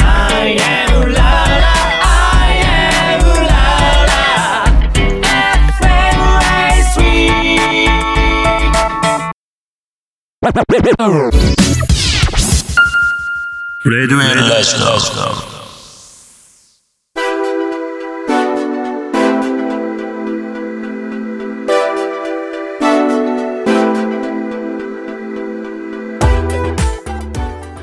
I am ララ I am ララ FM ライスウィーブレードウェイライスの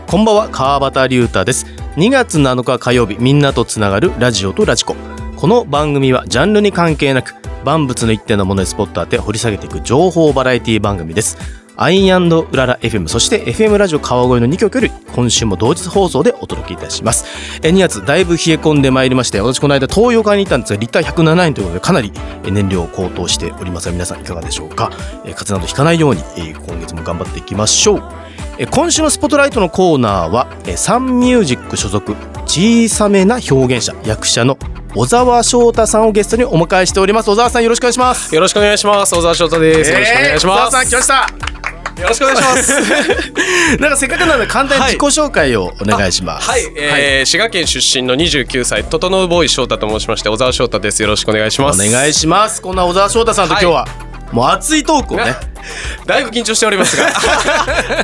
こんばんは川端龍太です2月7日火曜日みんなとつながるラジオとラジコこの番組はジャンルに関係なく万物の一定のものにスポット当て掘り下げていく情報バラエティ番組ですアイアンドウララ FM そして FM ラジオ川越の2曲より今週も同日放送でお届けいたしますえ2月だいぶ冷え込んでまいりまして私この間東洋館に行ったんですがリッター107円ということでかなりえ燃料高騰しておりますが皆さんいかがでしょうかえ風邪などひかないようにえ今月も頑張っていきましょうえー今週のスポットライトのコーナーはえーサンミュージック所属小さめな表現者役者の小沢翔太さんをゲストにお迎えしております小沢さんよろしくお願いしますよろしくお願いします。小沢翔太です。よろしくお願いします。えー小沢さん来まよろしくお願いし ます。したなんかせっかくなので簡単に自己紹介をお願いしますはい、えー滋賀県出身の29歳、整うボーイ翔太と申しまして、小沢翔太です。よろしくお願いしおます。願いしますこんな小沢翔太さんと今日は、もう熱いトークをねだいぶ緊張しております が、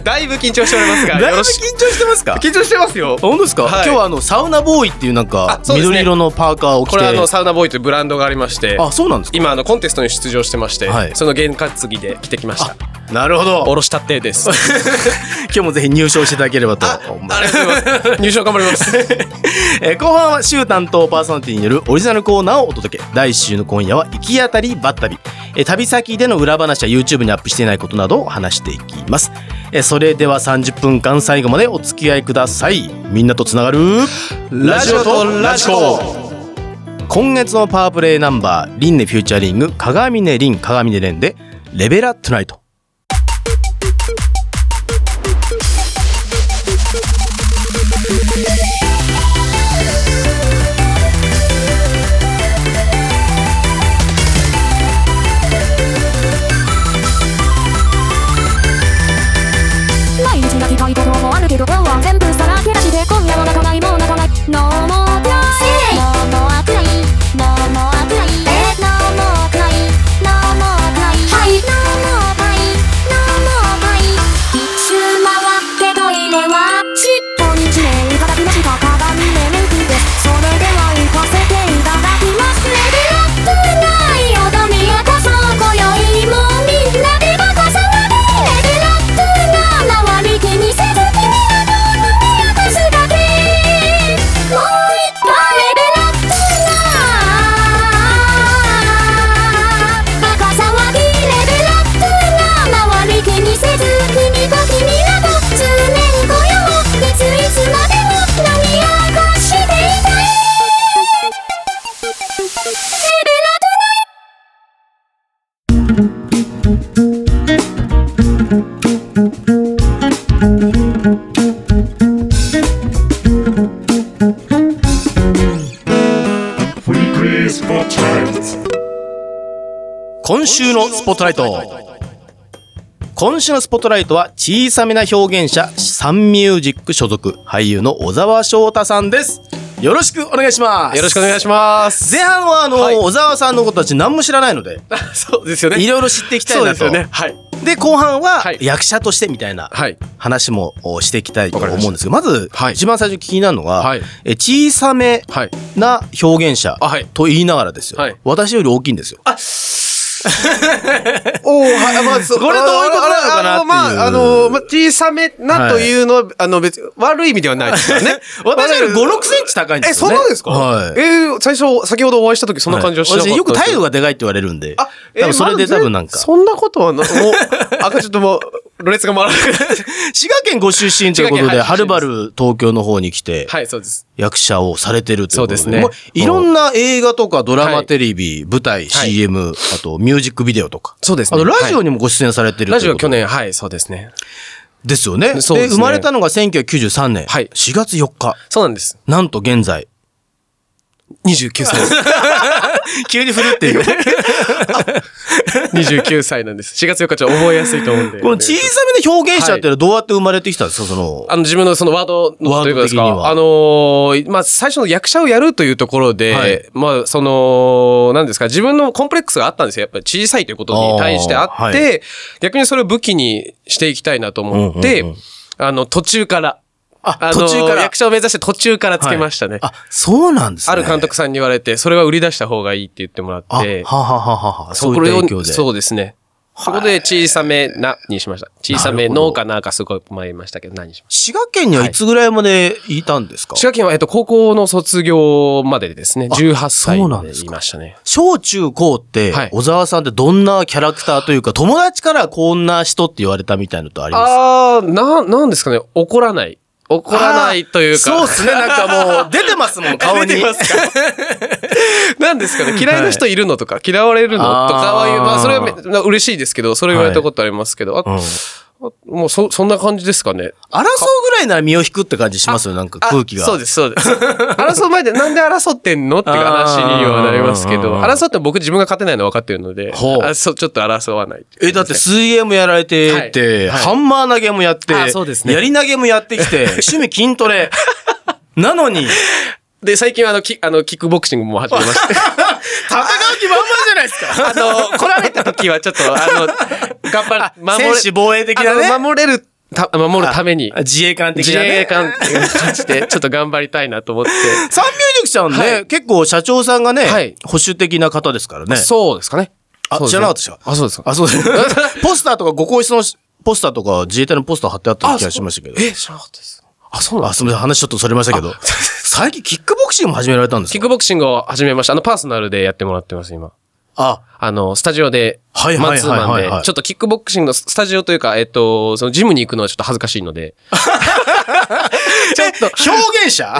だいぶ緊張しておりますが、だいぶ緊よ張ろしく。してますか緊張してますよ。本当ですか、はい今日はあのサウナボーイっていうなんかあそうですね緑色のパーカーを着てこれはあのサウナボーイというブランドがありまして、あそうなんですか今あのコンテストに出場してまして、はいその験担ぎで着てきました。なるほおどろしたてです。今日もぜひ入賞していただければと思います ありがとうございます。入賞頑張ります。えー後半は週担当パーソナリティによるオリジナルコーナーをお届け来週の今夜は行き当たりばったり、えー旅先での裏話や YouTube にアップしていないことなどを話していきます、えーそれでは30分間最後までお付き合いくださいみんなとつながるラジオとラジコ今月のパワープレイナンバー「リンネフューチャリング鏡音リン鏡音レン」で「レベラトゥナイト」毎日泣きたいこともあるけど今日は全部さらけ出して今夜は泣かないもう泣かない No more cry No more cry No more cry No more cry No more cry No more cry No more cry 一周回ってトイレは尻尾に地面いただきました鏡でメイクでそれでは行かせていただきますレベルアップない踊りはこそ今宵もみんなでバカさなでレベルアップな周り気にせず君はどうも見渡すだけもう一回レベルアップなバカ騒ぎレベルアップな周り気にせず君と君など数年後よ別いつまでも何をかしていたいフリークリースポットライト今週のスポットライト今週のスポットライトは小さめな表現者サンミュージック所属俳優の小沢翔太さんですよろしくお願いしますよろしくお願いまします。前半はあの、はい小沢さんのことたち何も知らないので そうですよね。いろいろ知っていきたいそうなですとよね。はい。で後半ははい役者としてみたいなはい。話もおしていきたいと思わうかりましたんですけどまず、はい一番最初に気になるのが、はいえ小さめはい。な表現者あはいと言いながらですよ、はい私より大きいんですよ おお、はい、まあ、そこれどういうことなのかなっていう。ああのまあ、あの、まあ、小さめなというのは、あの、別に、悪い意味ではないですからね 私より5、6センチ高いんでえ、すそ、ようね。なんですかはい。えー最初、先ほどお会いした時そんな感じはしなかった私よくですけ態ど度がでかいって言われるんで。あ、多分それで多分なんか。そんなことはな、もう、 赤ちょっともう、ろれつが回らなくなって滋賀県ご出身ということ滋賀で、県ははいるばる東京の方に来て、はい、そうです。役者をされてるということで。そうですねもいろんな映画とかドラマ、テレビ、舞台、CM、あとミュージックビデオとか。そうですあねとラジオにもご出演されてるラジオとい去うことで年、はい、そうですね。ですよね。で、そうですね生まれたのが1993年。はい4月4日。そうなんです。なんと現在。 29歳です。 急に振るっていう。 29歳なんです。4月4日ちょっと覚えやすいと思うんで。この小さめで表現者ってのはどうやって生まれてきたんですかその。あの、自分のそのワードワードのということです的にはか、あのーまあ、最初の役者をやるというところで、はいまあ、その、なんですか、自分のコンプレックスがあったんですよ。やっぱり小さいということに対してあって、あーは逆にそれを武器にしていきたいなと思って、うんうんうんあの、途中から、ああのー途中から役者を目指して途中からつけましたね。あ、そうなんですね。ある監督さんに言われて、それは売り出した方がいいって言ってもらあ、はって、はははは。そういった影響で。そそうですね。そこで小さめなにしました。小さめのかなかすごい迷いましたけど、何にしました滋賀県にはいつぐらいまでいたんですか、滋賀県は、えっと、高校の卒業までですね、あ18歳そうなんまでですいかましたね。小中高って、はい小沢さんってどんなキャラクターというか、友達からこんな人って言われたみたいなのとありますあー、な、なんですかね、怒らない。怒らないというか。そうっすね。なんかもう、出てますもん、顔に。 出てますか なんですかね、嫌いな人いるのとか、嫌われるのとかはいう、あーまあ、それはめな嬉しいですけど、それ言われたことありますけど、うんあもう、そ、そんな感じですかね。争うぐらいなら身を引くって感じしますよ、なんかあ空気が。そうです、そうです。 争う前で、なんで争ってんのっていう話にはなりますけど、あー争っても僕自分が勝てないの分かってるので、ほうあそうちょっと争わない。え、だって水泳もやられてて、はいはいハンマー投げもやって、あそうですねやり投げもやってき て、趣味筋トレ。なのに、で、最近はあの、キあの、キックボクシングも始めました。戦う気満々じゃないですか。あの、来られた時はちょっと、あの、頑張る、守選手れ、防衛的なあのね。守れるた、守るために、自衛官的自なね。衛官っていう感じで、ちょっと頑張りたいなと思って。サンミュージックさんね、はい結構社長さんがね、はい保守的な方ですからね。そうですかね。あそうです知らなかったでしょあ、そうですか。あ、そうです。 ポスターとか、ご皇室のポスターとか、自衛隊のポスター貼ってあった気がしましたけど。え、知らなかったです。あ、そうなあ、んですすみません、話ちょっとそれましたけど。最近、キックボクシングも始められたんですキッかクボクシングを始めました。あの、パーソナルでやってもらってます、今。あ、あの、スタジオで、はいはいマンツーマはいンはいはでい、ちょっとキックボクシングのスタジオというか、えっと、そのジムに行くのはちょっと恥ずかしいので、ちょっと、表現者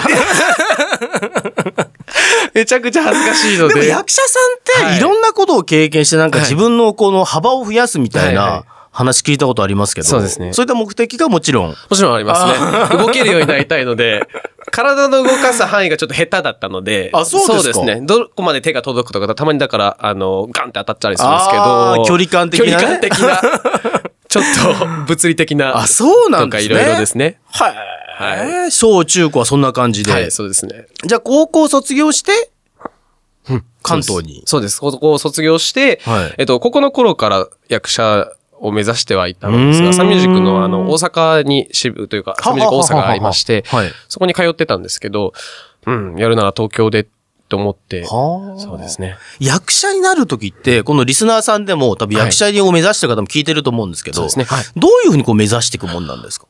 めちゃくちゃ恥ずかしいのでもで。役者さんっはて、いいろんなことを経験して、なんかはい自分のこの幅を増やすみたいはいはいな話聞いたことありますけど。そうですねそういった目的がもちろん。もちろんありますね。動けるようになりたいので、体の動かす範囲がちょっと下手だったので、あそうですかね。どこまで手が届くとか、たまにだから、あの、ガンって当たったりするんですけあーど、距離感的なね距離感的な、ちょっと物理的 な、あ、そうなんとですね。かいろいろですね。はい。は小中高はそんな感じで。はい、そうですね。じゃあ高校卒業して、関東に。そうです。高校を卒業して、はいえっと、ここの頃から役者を目指してはいたんでうすーんが、サンミュージックのあの、大阪に支部というか、サンミュージック大阪がありましてはははははい、そこに通ってたんですけど、うん、やるなら東京で、と思って、はあそうですね。役者になるときって、このリスナーさんでも多分役者を目指してる方も聞いてると思うんですけど、そうですねはいどういうふうにこう目指していくもんなんですか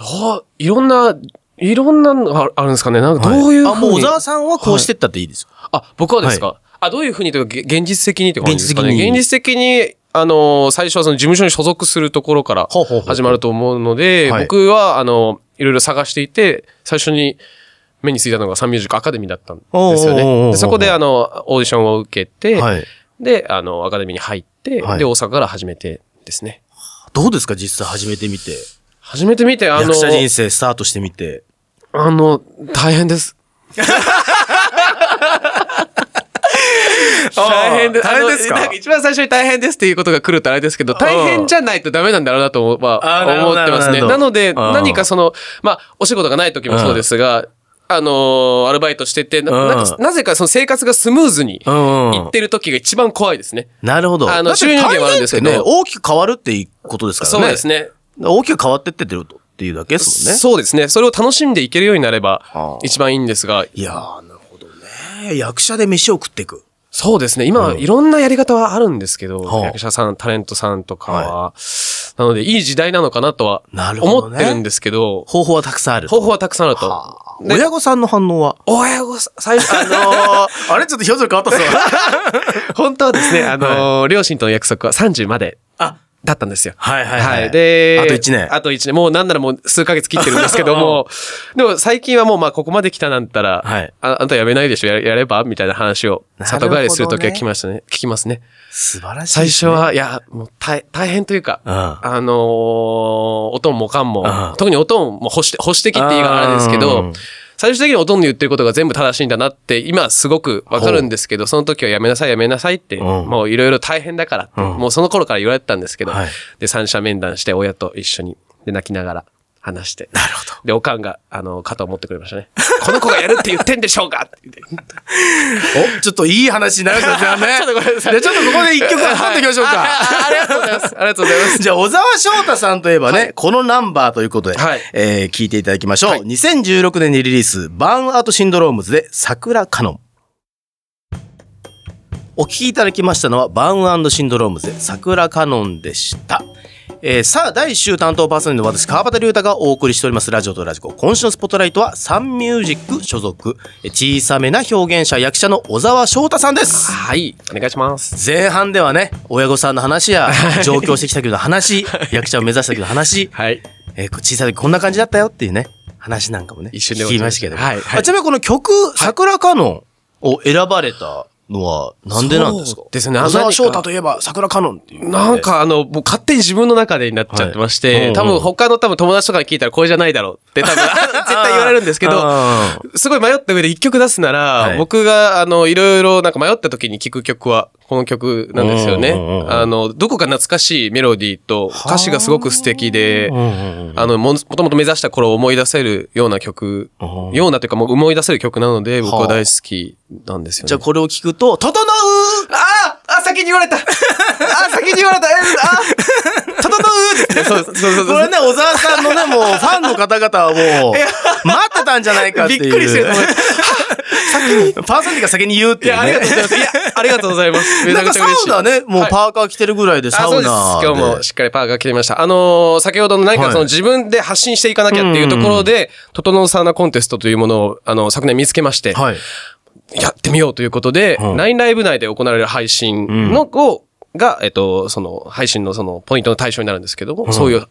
あいろんな、いろんなのがあるんですかね。なんかどういうふうに、あ、もう小沢さんはこうしてったっていいですよ。あ、僕はですか、あ、どういうふうにというか、げ現実的にって感じですかね。現現実実的に的に、あのー、最初はその事務所に所属するところからほうほうほう始まると思うので、はい僕は、あのー、いろいろ探していて、最初に目についたのがサンミュージックアカデミーだったんですよおうおうおうおうおうね。でそこで、あの、オーディションを受けて、はいで、あの、アカデミーに入って、はいで、大阪から始めてですね。どうですか実際始めてみて。初めて見て、あの役者人ー、生スタートしてみて。あの、大変です。大変で す。大変ですかあのなん一番最初に大変ですっていうことが来るとあれですけど、大変じゃないとダメなんだろうなと思,、まああーなるほ思どってますなるね。ほどなので、うん何かその、まあ、お仕事がない時もそうですが、あのーアルバイトしてて、ななんかうんなぜかその生活がスムーズにうんうんいってる時が一番怖いですね。なるほど。あのだって収入源はあるんですけど大変ってね、大きく変わるっていうことですからね。そうです。ね。大きく変わってってるっていうだけですもんね。そうですね。それを楽しんでいけるようになればあー一番いいんですが、いやー、なるほどね。役者で飯を食っていく。そうですね。今、いろんなやり方はあるんですけど、はあ役者さん、タレントさんとかは、なので、いい時代なのかなとはなる、ほどね思ってるんですけど、方法はたくさんあると。方法はたくさんあると。で親御さんの反応は親御さん、最初、あのー あれちょっと表情変わった ぞ。 本 当はですね、あのー両親との約束は30まで。あだったんですよ。はいはいはいはい。で、あと一年あと一年。もうなんならもう数ヶ月切ってるんですけ ども、でも最近はもうまあここまで来たなんたら、はいああんたやめないでしょややればみたいな話を、なるほどね里帰りするときは聞きましたね。聞きますね。素晴らしい最です初ね、は、いや、もう大大変というか、うんあのー、おとんもおかんもうん、特におとんも保守保守的って言いがあれですけうんど、最終的におとんの言ってることが全部正しいんだなって、今すごくわかるんですけど、その時はやめなさいやめなさいって、んもういろいろ大変だからって、もうその頃から言われてたんですけど、はいで、三者面談して親と一緒に、で、泣きながら話して。なるほど。で、おかんが、あの、肩を持ってくれましたね。 この子がやるって言ってんでしょうかって言 って。お、ちょっといい話になりましたね。 ちょっとごめんなさいでちょっとここで一曲挟んでいきましょうあか。あありがとうござい ます。ありがとうございます。じゃあ、小沢翔太さんといえばね、このナンバーということで、はいえー聞いていただきましょう。2016年にリリース、バーンアウトシンドロームズで、桜カノン。お聞きいただきましたのは、バーンアウトシンドロームズで、桜カノンでした。えーさあ、第1週担当パーソナリティの私、川端龍太がお送りしております、ラジオとラジコ。今週のスポットライトは、サンミュージック所属、えー小さめな表現者、役者の小沢翔太さんです。はい、お願いします。前半ではね、親御さんの話や、上京してきたけど話、役者を目指したけど話、はい。えーこ小さい時こんな感じだったよっていうね、話なんかもね、一瞬で聞きましたけど。はいはいあちなみにこの曲、桜カノンを選ばれたのは、なんでなんですかそうですね小あの沢翔太といえば桜カノンっていう。なんかあの、もう勝手に自分の中でになっちゃってまして、はいうんうん多分他の多分友達とかに聞いたらこれじゃないだろうって多 分絶対言われるんですけど、あー、すごい迷った上で一曲出すなら、い僕があの、いろいろなんか迷った時に聴く曲は、この曲なんですよね。うんうんうんあの、どこか懐かしいメロディーと歌詞がすごく素敵で、あの、も、もともと目指した頃を思い出せるような曲、うんようなというかもう思い出せる曲なので、僕はあは大好きなんですよね。じゃあこれを聞くと、整うああ先に言わ れたあ先に言われたえあ整うって。そうそうそうそうこれね、小沢さんのね、もう、ファンの方々はもう、待ってたんじゃないかっていう。びっくりしてると思い先に、パーソナリティが先に言うっていいう、ね。や、ありがとうございます。いや、ありがとうございます。めちなんゃ くかちサゃウ嬉しい。ナね、もうはいパーカー着てるぐらいでサあウナそうで。です。今日もしっかりパーカー着てみました。あのー先ほどの何かそはの自分で発信していかなきゃっていうところで、トトノサウナコンテストというものを、あの、昨年見つけまして、はい。やってみようということで、うんナインライブ内で行われる配信のを、が、えっと、その、配信のその、ポイントの対象になるんですけども、そういう、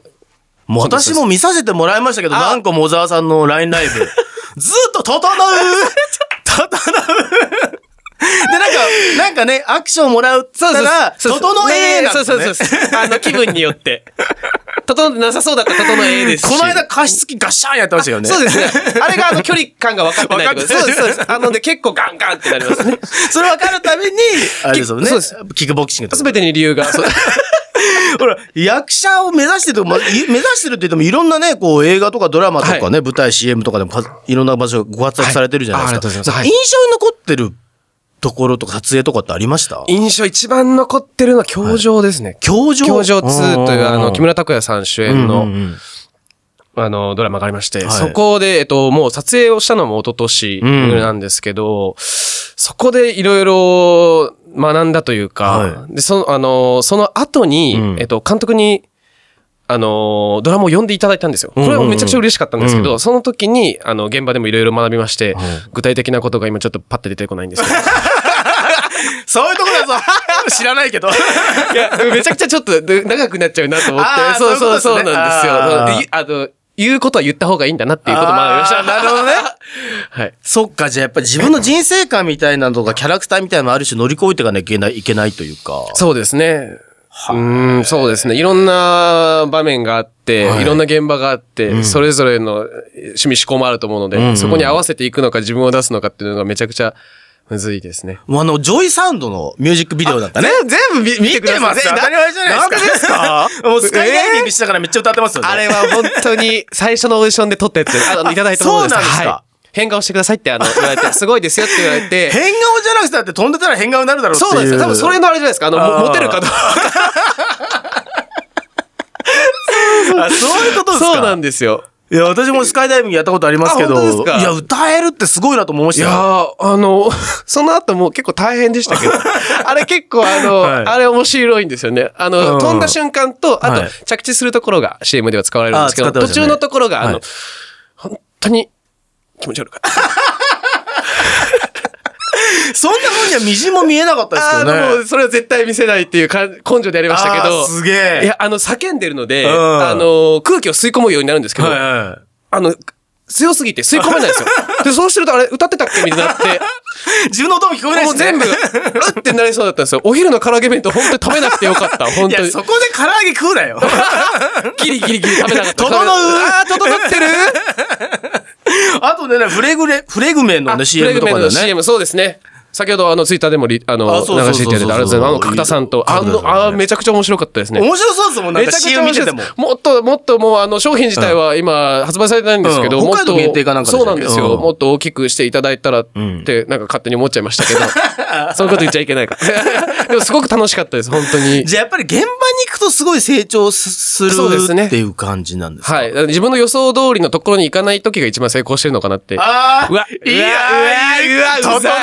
もう私も見させてもらいましたけど、あ何個も小沢さんの LINE ラ イブ。ずっと整う整うで、なんか、なんかね、アクションもらうっつったら、そう整そうえなんそうですそねうそうそう。あの、気分に よって。整ってなさそうだったら整えですし。この間、加湿器ガッシャンやってましたよね。そうですね。あれがあの距離感が分かってないってことです。そう分でかす、そう です。あので結構ガンガンってなりますね。 それ分かるために、あれですよね。そうですキックボクシングとすか。べてに理由が。 そうほら、役者を目指してとか、まあい 目指してるって言っても、いろんなね、こう、映画とかドラマとかね、舞台 CM とかでもか、いろんな場所がご活躍されてるじゃないですか。はいあありがとうございますはい印象に残ってるところとか、撮影とかってありました印象一番残ってるのは教場ですね。教場教場2という、あうの、ん木村拓哉さん主演うんうんの、うんあの、ドラマがありまして、はいそこで、えっと、もう撮影をしたのも一昨年うんなんですけど、そこでいろいろ学んだというかは、で、その、あの、その後うんに、えっと、監督に、あの、ドラマを呼んでいただいたんですよ。これはめちゃくちゃ嬉しかったんですけうんうんうど、その時に、あの、現場でもいろいろ学びましてい、具体的なことが今ちょっとパッと出てこないんですけど、そういうとこだぞ 知 らないけど。いや、めちゃくちゃちょっとで長くなっちゃうなと思っあーて、そうそういそううことですそうねなんですよ。あの、言うことは言った方がいいんだなっていうこともありました。あーなるほどね。はい。 そっか、じゃあやっぱり自分の人生観みたいなのとか、キャラクターみたいなのもある種乗り越えていかなきゃいけない、いけないというか。そうですね。うん、そうですね。いろんな場面があって、はいい、ろんな現場があって、それぞれの趣味思考もあると思うので、んうんそこに合わせていくのか自分を出すのかっていうのがめちゃくちゃむずいですね。もうあの、ジョイサウンドのミュージックビデオだったね。全部見見てください。当たり前じゃないですか。なんでですか もうスカイダイビングしながらめっちゃ歌ってますよね。あれは本当に最初のオーディションで撮ったやつ、 あの、いただいたものです。そうなんですかはい変顔してくださいってあの、言われて、すごいですよって言われ て。変顔じゃなくてだって飛んでたら変顔になるだろうっていう。そうなんですよ。多分それのあれじゃないですか。あの、あーモモテるかどうか。あそういうことですかそうなんですよ。いや、私もスカイダイビングやったことありますけあ本ど、当ですかいや、歌えるってすごいなと思いましいたやよ。ー、あの、 その後も結構大変でしたけ ど、あれ結構あの、はいあれ面白いんですよね。あうの、ん飛んだ瞬間と、あとはい着地するところが CM では使われるんですけあ使ど、ってま途したね中のところが、あの、はい本当に気持ち悪かった。そんな風にはみじんも見えなかったですけあどね。ーでもそれは絶対見せないっていうか根性でやりましたけあどー。すげえいや、あの、叫んでるので、うんあの、空気を吸い込むようになるんですけど、はいはい。あの、強すぎて吸い込めないん ですよ。で、そうしてるとあれ、歌ってたっけみたいになって、自分の音も聞こえないもし、うね、全部、うってなりそうだったんですよ。お昼の唐揚げ弁当、本当に食べなくてよかった。い本当やに。そこで唐揚げ食うなよギリギリギリ食べな かった。整うあー整ってる あとねフレグレフレグメンのね CM とかプレグメンだのよね CM、そうですね。先ほど、あの、ツイッターでもリ、あの、あそうそうそうそう流していただいた、あれですね、あの、角田さんと、あ角田さんの、ねあーめちゃくちゃ面白かったですね。面白そうですもんなんかめちゃくち CM ゃ面見て白ていもです。もっと、もっともう、あの、商品自体は今、発売されてないんですけど、うんもっ北海と、道限定かなんかでしそうたっなんけですよ。うんもっと大きくしていただいたらって、なんか勝手に思っちゃいましたけ ど、そういうこと言っちゃいけないから。 でも、すごく楽しかったです、本 当に。じゃあやっぱり現場に行くとすごい成長すするそうですねっていう感じなんですかはい。だから自分の予想通りのところに行かない時が一番成功してるのかなって。あうわ、いやうわ、うわ、うざい。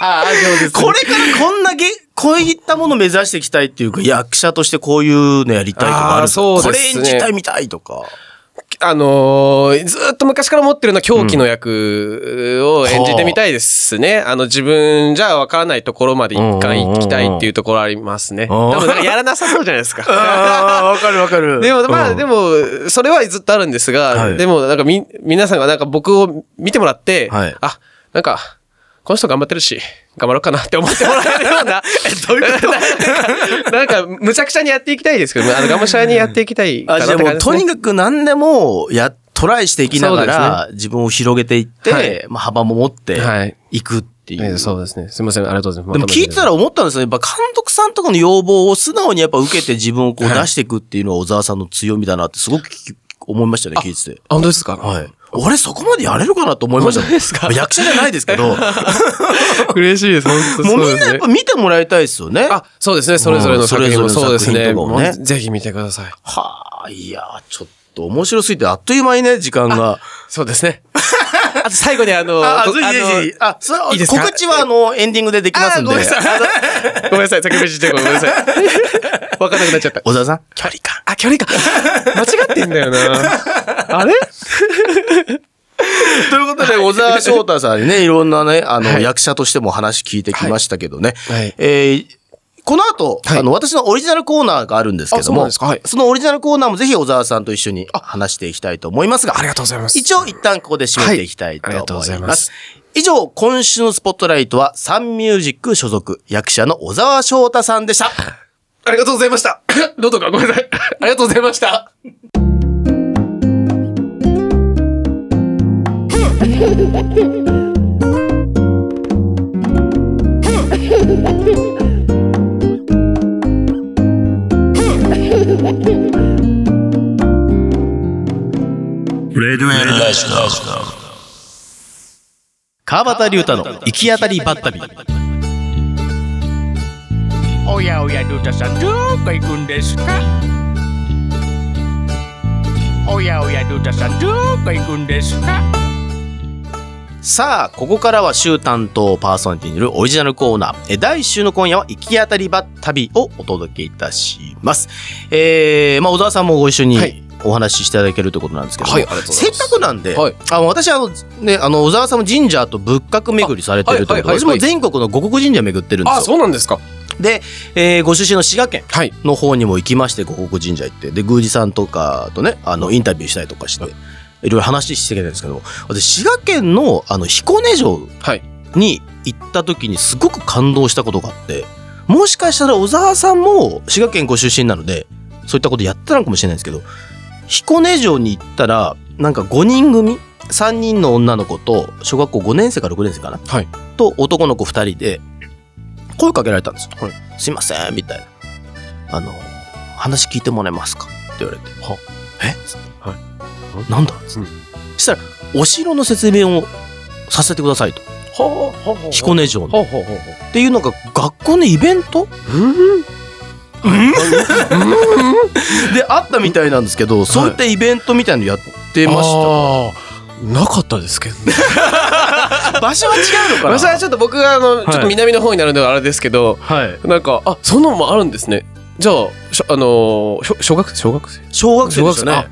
ああ、上手です。これからこんなげ、こういったもの目指していきたいっていうか、役者としてこういうのやりたいとかあるあーそうですこねれ演じたいみたいとか。あのーずーっと昔から持ってるのは狂気の役を演じてみたいですね。あの、自分じゃわからないところまで一回行きたいっていうところありますね。んうんうん多分なんかやらなさそうじゃないで すか。ああ、わかるわかるでも、まあ、でも、それはずっとあるんですが、はいでも、なんかみ、皆さんがなんか僕を見てもらって、はいあ、なんか、この人頑張ってるし、頑張ろうかなって思ってもらえるよ うな。 どういうことなんか、むちゃくちゃにやっていきたいですけど、あの、がむしゃらにやっていきたいかあなっじゃてあ感じもです、うね。とにかく何でもや、トライしていきながそら、自分を広げていって、はいまあ、幅も持ってはい。いくっていう。ええそうですね。すみません、ありがとうございまです。も聞いてたら思ったんですよ。やっぱ監督さんとかの要望を素直にやっぱ受けて自分をこう出していくっていうのは小沢さんの強みだなってすごく聞き思いましたね、聞いてて。あ、本当ですかはい。俺そこまでやれるかなと思いましたもん。本当ですか役者じゃないですけど、もう 嬉しいです、本当みんなやっぱ見てもらいたいですよね。あ、そうですね。それぞれの作品うもんそそうれでぞすれの作品ね。とかももねうぜひ見てください。はあ、いや、ちょっと面白すぎてあっという間にね、時間が。そうです ね。あと最後にあの、ごあのあ、それはいいですか告知はあの、エンディングでできますんで。あごめんなさい。あのごめんなさい。先口してごめんな さい。わかんなくなっちゃった。小沢さん、距離感。あ、距離感。 間違ってんだよな。あれということで、小沢翔太さんに ね、いろんなね、あの、役者としても話聞いてきましたけどね。はいえーこの後、あの、私のオリジナルコーナーがあるんですけどあそうなんも、ですかはいそのオリジナルコーナーもぜひ小沢さんと一緒に話していきたいと思いますが、ありがとうございます。一応一旦ここで締めていきたいと思いはいありがとうまごす。ざいます以上、今週のスポットライトは、サンミュージック所属、役者の小沢翔太さんでした。ありがとうございました。 喉がごめんなさい。ありがとうございました。レデュエルラジオ川端龍太の行き当たりばったり。おやおやルータさんどこ行くんですかおやおやルータさんどこ行くんですかさあ、ここからは週担当パーソナリティによるオリジナルコーナー、え第1週の今夜は行き当たりばったりをお届けいたします。えー、まあ、小沢さんもご一緒にはいお話ししていただけるということなんですけども、はいありがとうございますせっかくなんで、はいあの私あの、ね、あの、小沢さんも神社と仏閣巡りされてるということあはで、私いはいはいはもい全国の五国神社巡ってるんあ、ですよ。そうなんですか。で、えーご出身の滋賀県はい。の方にも行きまして、五国神社行って、で、宮司さんとかとね、あの、インタビューしたりとかして、いろいろ話してきてるんですけども、私、滋賀県の、あの、彦根城はい。に行った時にすごく感動したことがあって、もしかしたら小沢さんも滋賀県ご出身なので、そういったことやってたのかもしれないですけど、彦根城に行ったら、なんか5人組、3人の女の子と、小学校5年生か6年生かな、はいと男の子2人で、声かけられたんですよ。はいすいません、みたいな。あの、話聞いてもらえますかって言われて。はえつってはいなんだつって、したら、お城の説明をさせてくださいと。ほうほうほう彦根城の。ほうほうほうっていうのが学校のイベントであったみたいなんですけど、そういったイベントみたいのやってましあーなかったですけどね。た。場所は違うのかそれはちょっと僕があの、ちょっと南の方になるのはあれですけど、はい。なんか、あ、そんなのもあるんですね。じゃあ、しょあのーしょ小学生小学生小学生ですよ小ね学。生あ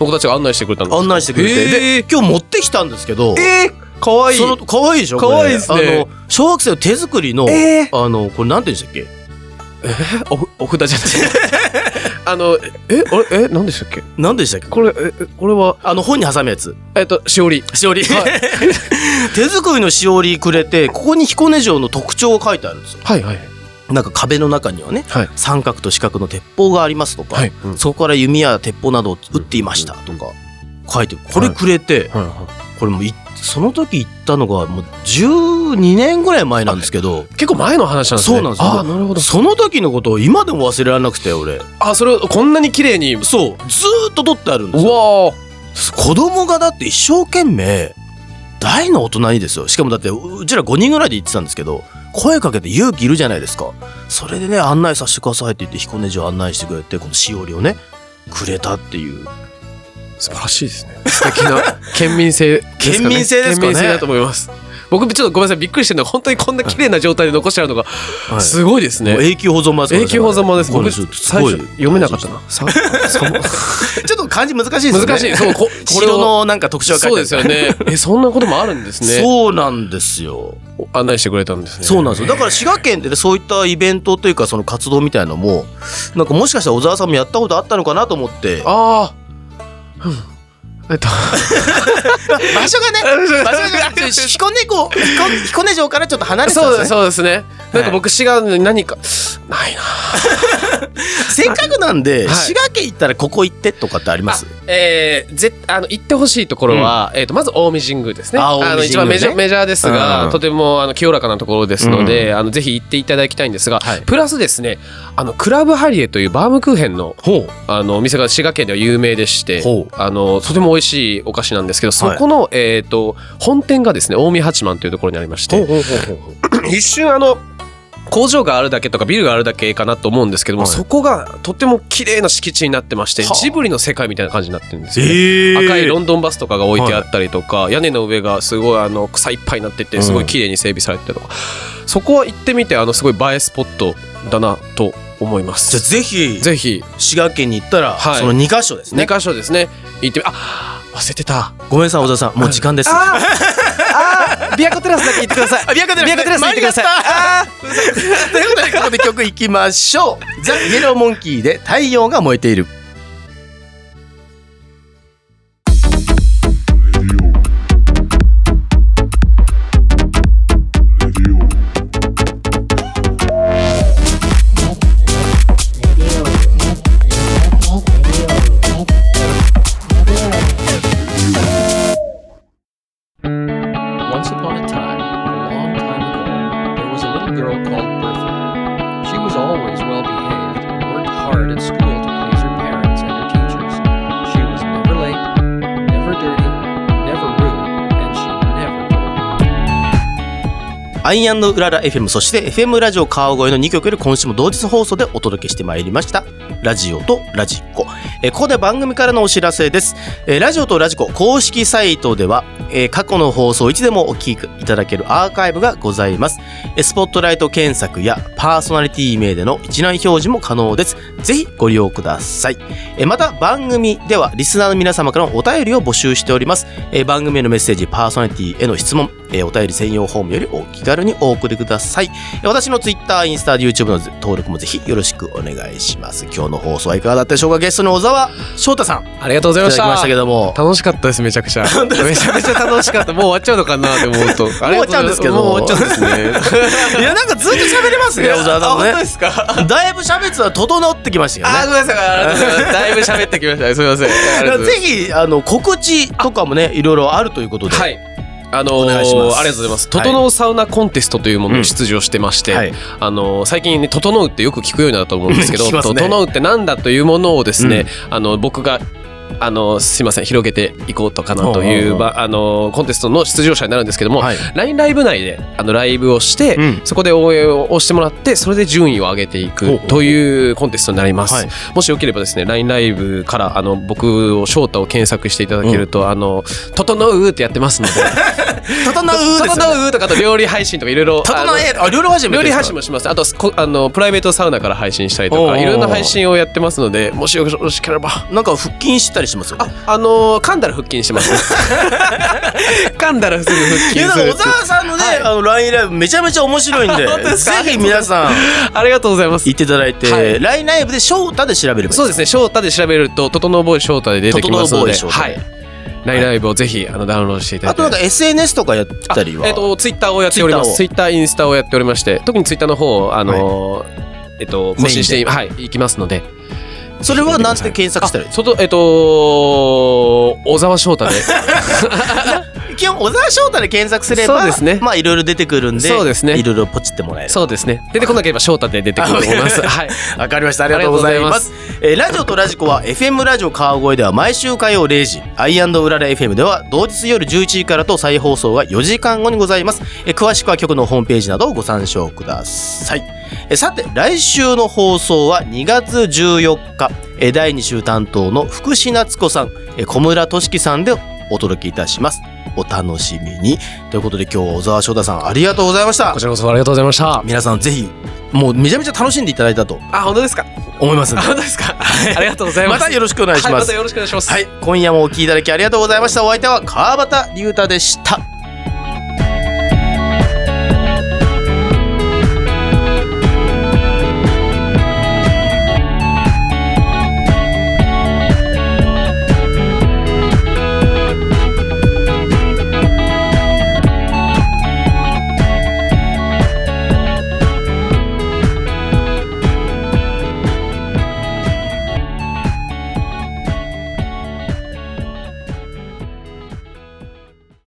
の子たちが案内してくれたんですか案内してくれて。えで、今日持ってきたんですけど、えー、かわいい。その、可愛いでしょ可愛いですねこれあの、小学生の手作りの、えあの、これなんて言うんでしたっけおお札じゃない。 あの、え、あれ、え、何でしたっけ何でしたっけこれ、え、これは、あの本に挟むやつえっと、しおり。しおり、 はい手作りのしおりくれてここに彦根城の特徴が書いてあるんですよはいはい。なんか壁の中にはねはい。三角と四角の鉄砲がありますとか、はい。うんそこから弓や鉄砲などを撃っていましたとか書いてこれくれて、はいはこれもういその時行ったのがもう12年ぐらい前なんですけどい結構前の話なんですね。そうなんですよああ、なるほど。その時のことを今でも忘れられなくて俺あ、それをこんなに綺麗に。うそうずーっと撮ってあるんですよわー子供がだって一生懸命大の大人にですよしかもだってううちら5人ぐらいで行ってたんですけど声かけて勇気いるじゃないですかそれでね案内させてくださいって言って彦根城案内してくれてこのしおりをねくれたっていう素晴らしいですね。素 敵な県民性ですかね。県民性ですかね県民性だと思います。僕ちょっとごめんなさいびっくりしてるのが本当にこんな綺麗な状態で残してあるのがはいすごいですね。もう永久保存版ですからね永久保存版です。これ僕す最ごい初読めなかったな。さその ちょっと漢字難しいですよね難しい。そ うここれ城をのなんか特徴が書いそうてあでるすよね。えそんなこともあるんですね。そうなんですよ案内してくれたんですね。そうなんですよ。だから滋賀県でねそういったイベントというかその活動みたいのもなんかもしかしたら小沢さんもやったことあったのかなと思って場ああ。 えっと。所がね場所がね彦根港彦彦根城からちょっと離れてたんそうでですすねそうですね。なんか僕滋賀の何かないな。せっかくなんで、はい滋賀県行ったらここ行ってとかってありますえー、ぜあの行ってほしいところは、えー、とまず近江神宮ですねあー近江神の宮ね一番メジャーメジャーですが、うんとてもあの清らかなところですので、あのぜひ行っていただきたいんですが、はいプラスですねあのクラブハリエというバームクーヘンのほうあのお店が滋賀県では有名でしてほうあのとても美味しいお菓子なんですけどそこの、えー、と本店がですね近江八幡というところにありましてほうほうほう一瞬あの工場があるだけとかビルがあるだけかなと思うんですけども、はいそこがとても綺麗な敷地になってましてはあジブリの世界みたいな感じになってるんですよね、え赤いロンドンバスとかが置いてあったりとか、屋根の上がすごいあの草いっぱいになっててすごい綺麗に整備されてるとか、そこは行ってみてあのすごい映えスポットだなと思いじゃまあすぜひぜひ滋賀県に行ったら、はいその2箇所ですね2箇所ですね行ってみあ忘れてたごめんなさい小沢さんもう時間ですビアコテラスだけ行ってくだ さい。ビアカデラスビアカテラス行ってくださいあー ということでここで曲いきましょうザ・イエローモンキーで太陽が燃えているアイアンのうらら FM そして FM ラジオ川越の2曲より今週も同日放送でお届けしてまいりましたラジオとラジコえーここで番組からのお知らせですえーラジオとラジコ公式サイトではえー過去の放送をいつでもお聞きいただけるアーカイブがございますえースポットライト検索やパーソナリティ名での一覧表示も可能ですぜひご利用くださいえーまた番組ではリスナーの皆様からのお便りを募集しておりますえー番組へのメッセージパーソナリティへの質問、えーお便り専用フォームよりお気軽にお送りくださいえー私の Twitter インスタ YouTube の登録もぜひよろしくお願いします今日の放送はいかがだったでしょうかゲストの小沢翔太さんいありがとうごたざだいまきしまたしたけども楽しかったですめちゃく ちゃめちゃめちゃ楽しかったもう終わっちゃうのかなって思うと終わっちゃうんですけどもう終わっちゃうんですね いやなんかずっと喋れますね小沢さんもあ本当ねですかだいぶ喋ってたら整ってきましたよねあーごめんなさいありがとうございますだいぶ喋ってきましたねすみませんありがとうございまぜすひあの告知とかもねいろいろあるということで、はい。あのーお願いしますありがとうございます。はい整うサウナコンテストというものうんに出場してまして、はいあのー最近ね、整うってよく聞くようになったと思うんです けど、聞きますね整うってなんだというものをですね、あの、僕が、あのーすいません広げていこうとかなおうおというおううばあのーコンテストの出場者になるんですけども、はい LINE ライブ内であのライブをして、うんそこで応援をしてもらってそれで順位を上げていほうほうほくうというコンテストになります、はいもしよければですね LINE ライブからあの僕を翔太を検索していただけると「あの整う」ってやってますので 整う「ですね整う」とかあと料理配信とかいろいろ整えあ料理配信もや料ってるん理で配すか信もしますあとこあのプライベートサウナから配信したりとおうおうかおういろんな配信をやってますのでもしよろしければなんか腹筋ししたりしますよね。あのー、噛んだら腹筋します。 噛んだらすぐ腹筋いやだすからる小。沢さんのね、あの LINE ライブめちゃめちゃ面白い んでぜひ皆さんありがとうございます行。っていただいて、はい LINE ライブで翔太で調べればいいそうですね、翔太で調べると、整ボーイ翔太で出てきますので、整ボーイ翔太はでい。ラインライブをぜひあのダウンロードしていただあいて。となんか SNS とかやったりはえっ、と、ツイッターをやっております。ツイッター、インスタをやっておりまして、特にツイッターの方を、あのーえっと、更新してい、はい、いきますので。それはなんて検索したらいいですそと、えっと、小沢翔太で。か基本小沢翔太で検索すればそうですねまあいろいろ出てくるんでそうですねいろいろポチってもらえるそうですね。出てこなければ翔太で出てくると思います。はい。わかりましたありがとうございますえーラジオとラジコは FM ラジオ川越では毎週火曜0時アイウララ FM では同日夜11時からと再放送は4時間後にございます、えー詳しくは局のホームページなどをご参照ください、えーさて来週の放送は2月14日、えー第2週担当の福士夏子さん、えー小村俊樹さんでお届けいたしますお楽しみにということで今日は小沢翔太さんありがとうございましたこちらこそありがとうございました。皆さんぜひもうめちゃめちゃ楽しんでいただいたとあ、本当ですか。思いますんで本当ですか。ありがとうございま。ますたよろしくお願いしはいまますた。よろしくお願いします。はい、今夜もお聞きいただきありがとうございました。お相手は川端龍太でした。